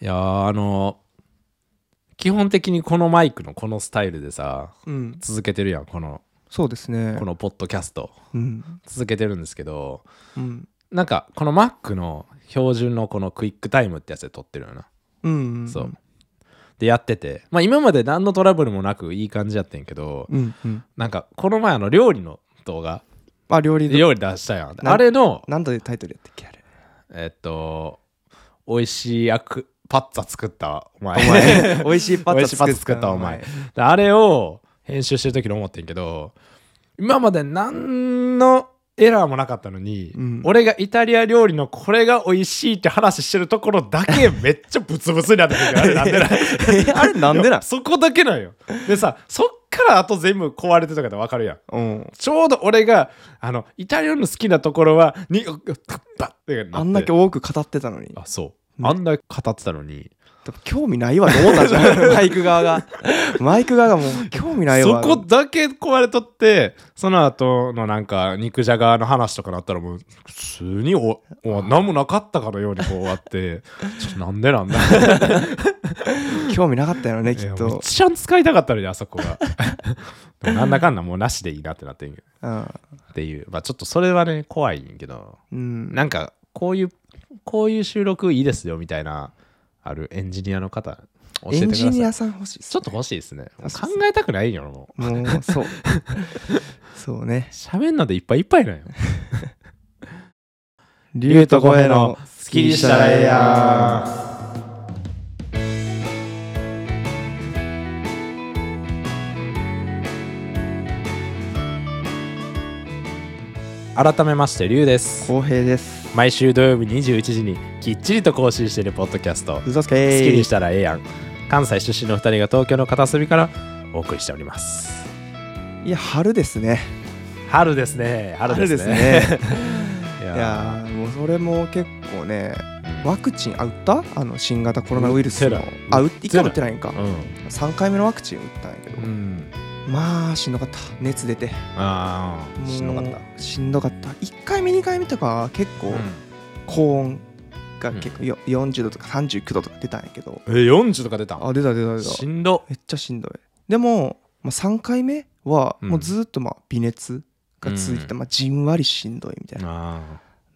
いやーあの基本的にこのマイクのこのスタイルでさうん続けてるやんこのそうですねこのポッドキャストうん続けてるんですけどうんなんかこの Mac の標準のこのクイックタイムってやつで撮ってるよな、うんそうでやっててまあ今まで何のトラブルもなくいい感じやってんけど、うんうんなんかこの前あの料理の動画あ料理料理出したやんなあれのなんだでタイトルやってっけあれえっと美味しいアクパッツァ作ったお前 美味しいパ美ッ味ツしァいパッツァ作ったお前であれを編集してる時に思ってんけど今まで何のエラーもなかったのに、うん俺がイタリア料理のこれが美味しいって話してるところだ けめっちゃブツブツになってるあれなんでなんえ あれなんでなんそこだけなんよでさそっからあと全部壊れてとかで分かるやんうんちょうど俺があのイタリアの好きなところはにうっバッってなってあんだけ多く語ってたのにあそうねあんだけ語ってたのに、でも興味ないわと思ったんじゃ んマイク側がマイク側がもう興味ないそわこだけ壊れとってその後のなんか肉じゃがの話とかなったらもう普通におお何もなかったかのようにこう終わって ちょっとなんでなんだ興味なかったよねい きやっもうと一番使いたかったのにあそこが でもなんだかんだもうなしでいいなってなってんけどうんっていうまあちょっとそれはね怖いんけどうんなんかこういうこういう収録いいですよみたいなあるエンジニアの方教えエてくンださジニいアさん欲しいっすちょっと欲しいですねそうそ考うそうえたくないよもうも うそうそうね喋んのでいっぱいいっぱいなんよ竜と声声のスきりしたらええや改めましてリュウです公平です毎週土曜日21時にきっちりと更新しているポッドキャストうざす好けきにしたらええやん関西出身の2人が東京の片隅からお送りしておりますいや春ですね春ですね春ですね春ですね いいやーもうそれも結構ねワクチンあ打ったあの新型コロナウイルス打っのてないあ打打っってない一回打ってないんかう3回目のワクチン打ったんやけどん、うん、まあしんどかった熱出てああしんどかったもうしんどかった1回目2回目とかは結構高温が結構よ40度とか39度とか出たんやけどえ40とか出たあ出た出た出たしんどめっちゃしんどいでも、まあ、3回目はうんもうずっとまあ微熱が続いてて、うんまあ、じんわりしんどいみたいな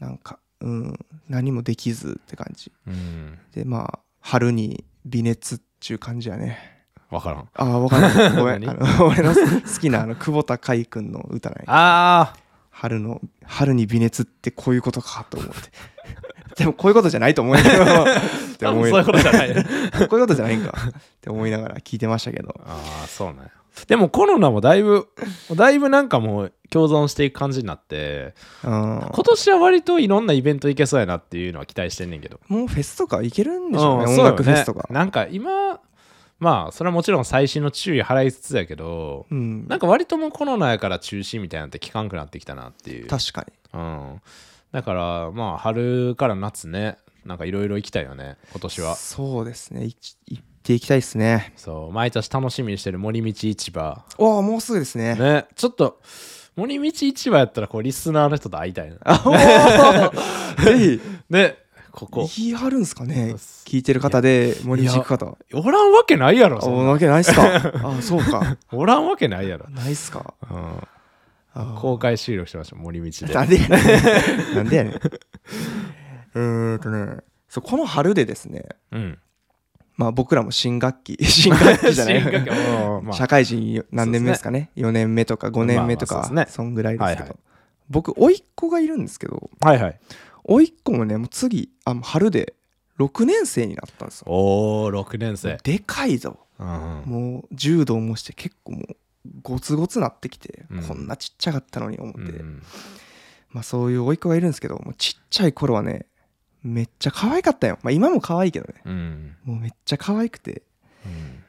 あなんかうん何もできずって感じあうんでまあ春に微熱っちゅう感じやねわからんああ分かんない ごめんあ何の 俺の好きなあの久保田海君の歌なんやけどあ春の春に微熱ってこういうことかと思って でもこういうことじゃないと思うんやけど って多思分いそういうことじゃないこういうことじゃないんかって思いながら聞いてましたけど ああそうなんやでもコロナもだいぶだいぶなんかもう共存していく感じになってうん今年は割といろんなイベント行けそうやなっていうのは期待してんねんけどもうフェスとか行けるんでしょうね、うん音楽そフうよねェスとか。なんか今まあそれはもちろん最新の注意払いつつやけど、うんなんか割ともうコロナやから中止みたいなのって聞かんくなってきたなっていう、確かに。うん、だからまあ春から夏ねなんかいろいろ行きたいよね今年はそうですね、いち行っていきたいですね。そう毎年楽しみにしてる森道市場おお、もうすぐですね。 ねちょっと森道市場やったらこうリスナーの人と会いたいなあおー ぜでここひ、言い張るんすかねそうっす、聞いてる方で、森道行く方。おらんわけないやろあ、そんおなわけないっすか。 あ、そうか。おらんわけないやろ、ないっすか。うん、あ公開収録してました森道でなんでやねん。 なんでやねん。うーんとね、そうこの春でですね、うんまあ僕らも新学 期、新学期じゃな新い学。期うんまあ社会人何年目ですかね4年目とか5年目とまあまあか、そうですねそんぐらいですけど、はいはい僕甥っ子がいるんですけどはいはい甥っ子もねもう次あもう春で6年生になったんですよおお6年生、でかいぞうんうんもう柔道もして結構もうゴツゴツなってきて、うんこんなちっちゃかったのに思って、うんまあそういう甥っ子がいるんですけどもうちっちゃい頃はねめっちゃ可愛かったよまあ今も可愛いけどねうんもうめっちゃ可愛くてうん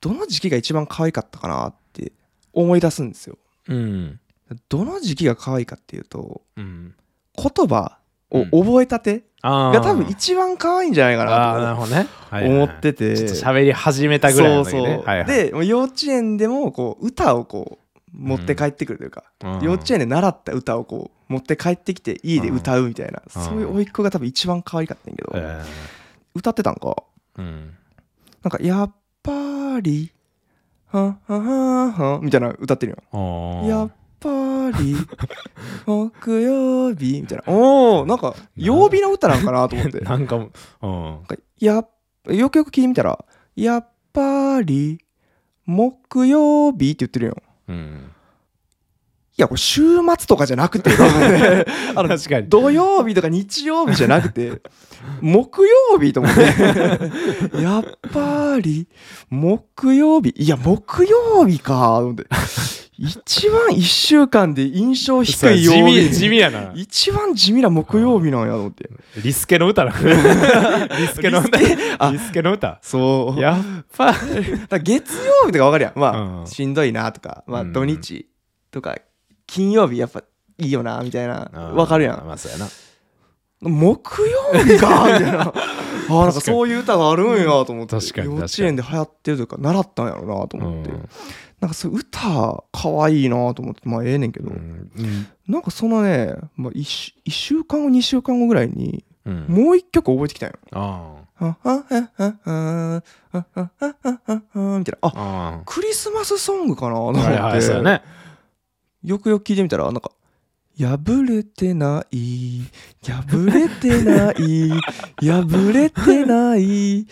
どの時期が一番可愛かったかなって思い出すんですようんどの時期が可愛いかっていうとうん言葉を覚えたてあーが多分一番可愛いんじゃないかあーなるなほどね、とはいはい思はいってて、ちょっと喋り始めたぐらいのそう時そう、ねはいはいでもう幼稚園でもこう歌をこう持って帰ってくるというか、うん幼稚園で習った歌をこう持って帰ってきて家で歌うみたいな、うんそういう甥っ子が多分一番可愛かったんやけど、え歌ってたんかうんなんかやっぱりははははみたいな歌ってるあよーやっぱ り木曜日みたいなおおんか曜日の歌なんかなと思っ てなんかもうんなんかやっよくよく聞いてみたら「やっぱり木曜日」って言ってるようんいやこれ週末とかじゃな くて あの確かに土曜日とか日曜日じゃなく て木曜日と思ってやっぱり木曜日いや木曜日かと思って一番1週間で印象低い曜そう地日味地味やな一番地味な木曜日なんやと思ってリスケの 歌なリスケの歌リスケあリスケの歌そうやっ ぱだから月曜日とか分かるやん、まあうんしんどいなとか、まあ、うん土日とか金曜日やっぱいいよなみたいな分かるやんまあそうやな木曜日かみたい なあーなんかそういう歌があるんやと思って確かに確か幼に稚園で流行ってるというか習ったんやろなと思って、うんなんかそういう歌可愛いなと思ってまあええねんけど、うんうんなんかそのね、まあ、1, 週一週間後2週間後ぐらいにうんもう一曲覚えてきたんよ。ああああああああああああみたいなあああクリスマスソングかなと思っあて、はいはいそうやねよくよく聞いてみたらなんか破れてない破れてない破れてない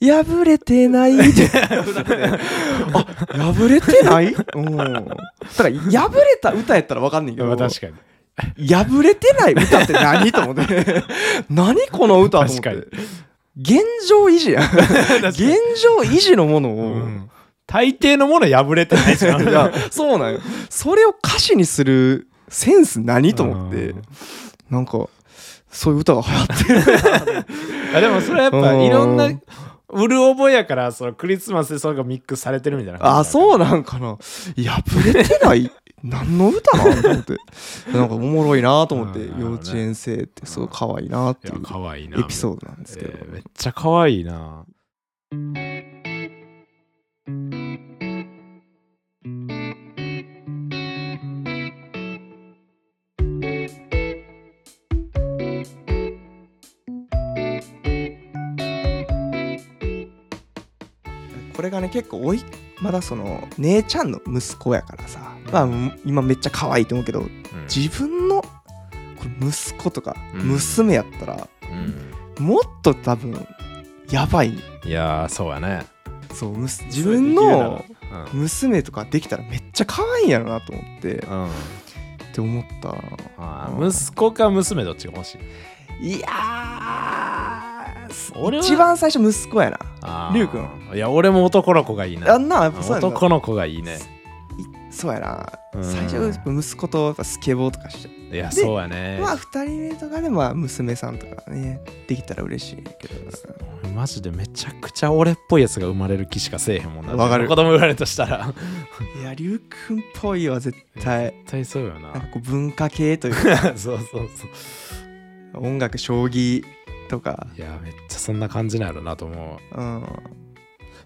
破れてないって あ破れてないうんだから破れた歌やったら分かんないけまどあ確かに破れてない歌って何と 思って何この歌と思っ確かにて現状維持やん現かに状維持のものうを、ん大抵のもの破れてないじゃん いや、そうなんよ。それを歌詞にするセンス何と思ってうん、なんか、そういう歌が 流行ってる。あでもそれはやっぱうんいろんな売る覚えやからそのクリスマスでそれがミックスされてるみたいな感じあ、そううなんかな。破れてない何の歌なんと思って。 なんかおもろいなと思って、うん幼稚園生ってすごい可愛いなっていいやう可愛いなエピソードなんですけど。えーめっちゃ可愛いなこれがね、結構おい、まだその、姉ちゃんの息子やからさ、まあ今めっちゃ可愛いと思うけど、うん自分の、これ息子とかうん娘やったら、うもっと多分やばい、んいやーそうやねそうむす自分のそれできるなら娘とかできたらめっちゃ可愛いんやろなと思ってっうんうんて思ったなあー息子か娘どっちが欲しいいやー俺は一番最初息子やなありゅーうくんいや俺も男の子がいいなあんなやっぱそうやな男の子がいいねいそうやなうん最初やっぱ息子とやっぱスケボーとかして、いやでそうやねまあ2人目とかでまあ娘さんとかねできたら嬉しいけどマジでめちゃくちゃ俺っぽいやつが生まれる気しかせえへんもんなわかる子供生まれたとしたらいやりゅうくんっぽいは絶対絶対そうよな なんかこう文化系というかそうそうそう音楽将棋とかいやめっちゃそんな感じなんやろなと思ううん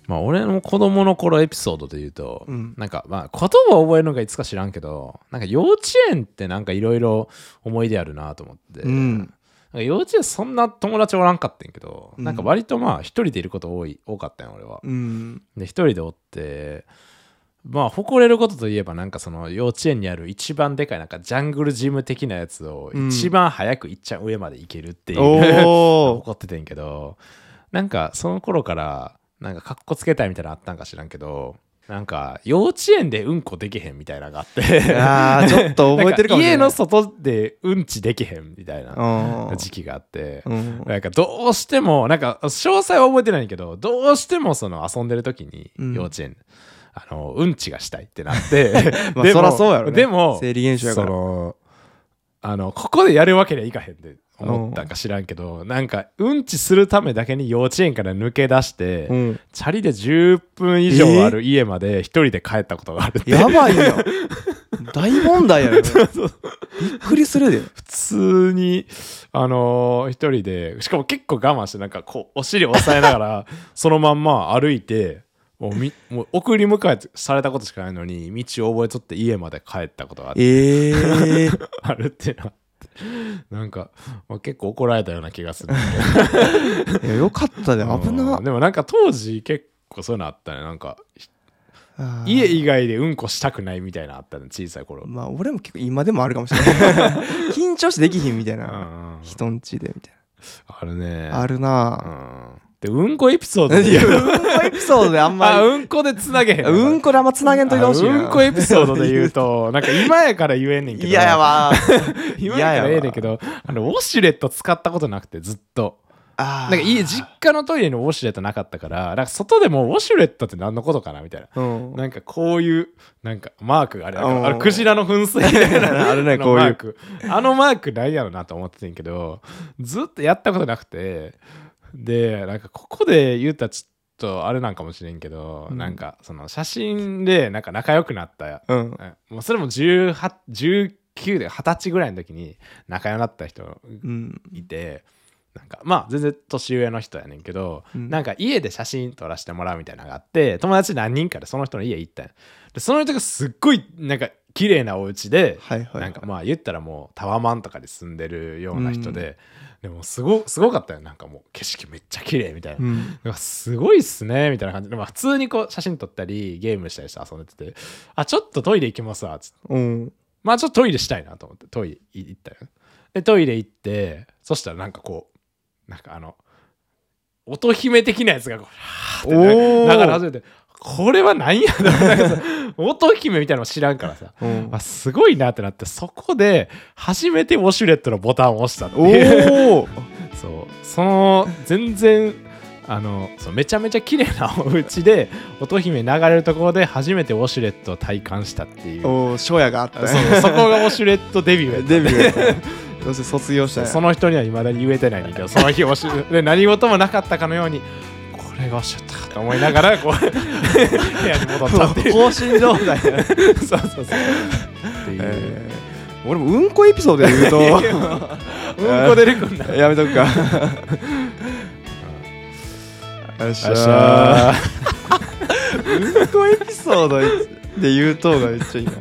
まあ俺の子供の頃エピソードで言うと、うんなんかまあ言葉を覚えるのがいつか知らんけどなんか幼稚園ってなんかいろいろ思い出あるなと思って、うんなんか幼稚園そんな友達おらんかってんけど、うんなんか割とまあ一人でいること多い多かったんよ俺は、うんで一人でおってまあ誇れることといえばなんかその幼稚園にある一番でかいなんかジャングルジム的なやつをうん一番早くいっちゃん上まで行けるっていう、お怒っててんけどなんかその頃からなんかかっこつけたいみたいなのあったんか知らんけどなんか幼稚園でうんこできへんみたいなのがあってあ ーちょっと覚えてるかもしれないんか家の外でうんちできへんみたいな時期があって、うんなんかどうしてもなんか詳細は覚えてないけどどうしてもその遊んでる時にうん幼稚園、あのうんちがしたいってなって、 まあでもそらそうやろねでも生理現象やからそのあのここでやるわけにはいかへんって思ったんか知らんけど、なんかうんちするためだけに幼稚園から抜け出して、うんチャリで10分以上ある家まで一人で帰ったことがあるって、やばいよ大問題やろびっそうくりするで 普通に、あのー一人で、しかも結構我慢して、なんかこう、お尻押さえなが ら、そのまんま歩いて、もうみもう送り迎えされたことしかないのに、道を覚えとって家まで帰ったことがあええあるっていうのはなんか、まあ、結構怒られたような気がするんだけどいやよかったで危なうんでもなんか当時結構そういうのあったねなんかあー家以外でうんこしたくないみたいなのあったね小さい頃、まあ俺も結構今でもあるかもしれない緊張してできひんみたいうんうなん人んちでみたいあるねなあるうなんぁでうんこエピソードいやうんこエピソードであんあまうんこでつなげへんりのうんこであんまつなげんといてほしいなあうんこエピソードで言う となんか今やから言えんねんけどいややわ 今やからええねんけどあのウォシュレット使ったことなくてずっとあなーんか家実家のトイレにウォシュレットなかったからなんか外でもウォシュレットって何のことかなみたいな うんなんかこういうなんかマークがあれなんうんかあのクジラの噴水みたい なあるねのこういうマークあのマークないやろなと思っててんけどずっとやったことなくてでなんかここで言うたらちょっとあれなんかもしれんけど、うんなんかその写真でなんか仲良くなったうんもうそれも18 19で20歳ぐらいの時に仲良くなった人うんいてなんかまあ全然年上の人やねんけど、うんなんか家で写真撮らせてもらうみたいなのがあって友達何人かでその人の家行ったんやでその人がすっごいなんか綺麗なお家で、はいはいなんかまあ言ったらもうタワマンとかで住んでるような人で、でもすごすごかったよなんかもう景色めっちゃ綺麗みたいな、うんうわすごいっすねみたいな感じで、まあ、普通にこう写真撮ったりゲームしたりして遊んでてあちょっとトイレ行きますわ」つってうんまあちょっとトイレしたいなと思ってトイレ行ったよ。でトイレ行ってそしたらなんかこうなんかあの乙姫的なやつがこうはおーーってな流れ始めてこれは何やと思ってなんかさ乙姫みたいなの知らんからさ。うんあすごいなってなってそこで初めてウォシュレットのボタンを押したっておいうお そうその全然あのそうめちゃめちゃ綺麗なお家で乙姫流れるところで初めてウォシュレットを体感したっていうおー初夜があったそうねそこがウォシュレットデビューや ったデビュー やったどうせ卒業したんやその人にはいまだに言えてないねんだけどその日ウォシ ュで何事もなかったかのようにこれがウォシュレットかと思いながらこう 部屋に戻ったっていう放心状態やね そうそうそうっていう、えー俺もうんこエピソードで言うと うんこ出てくんなやめと くか。よっしよっしゃゃー。うんこエピソードで言うとがめっちゃいいな。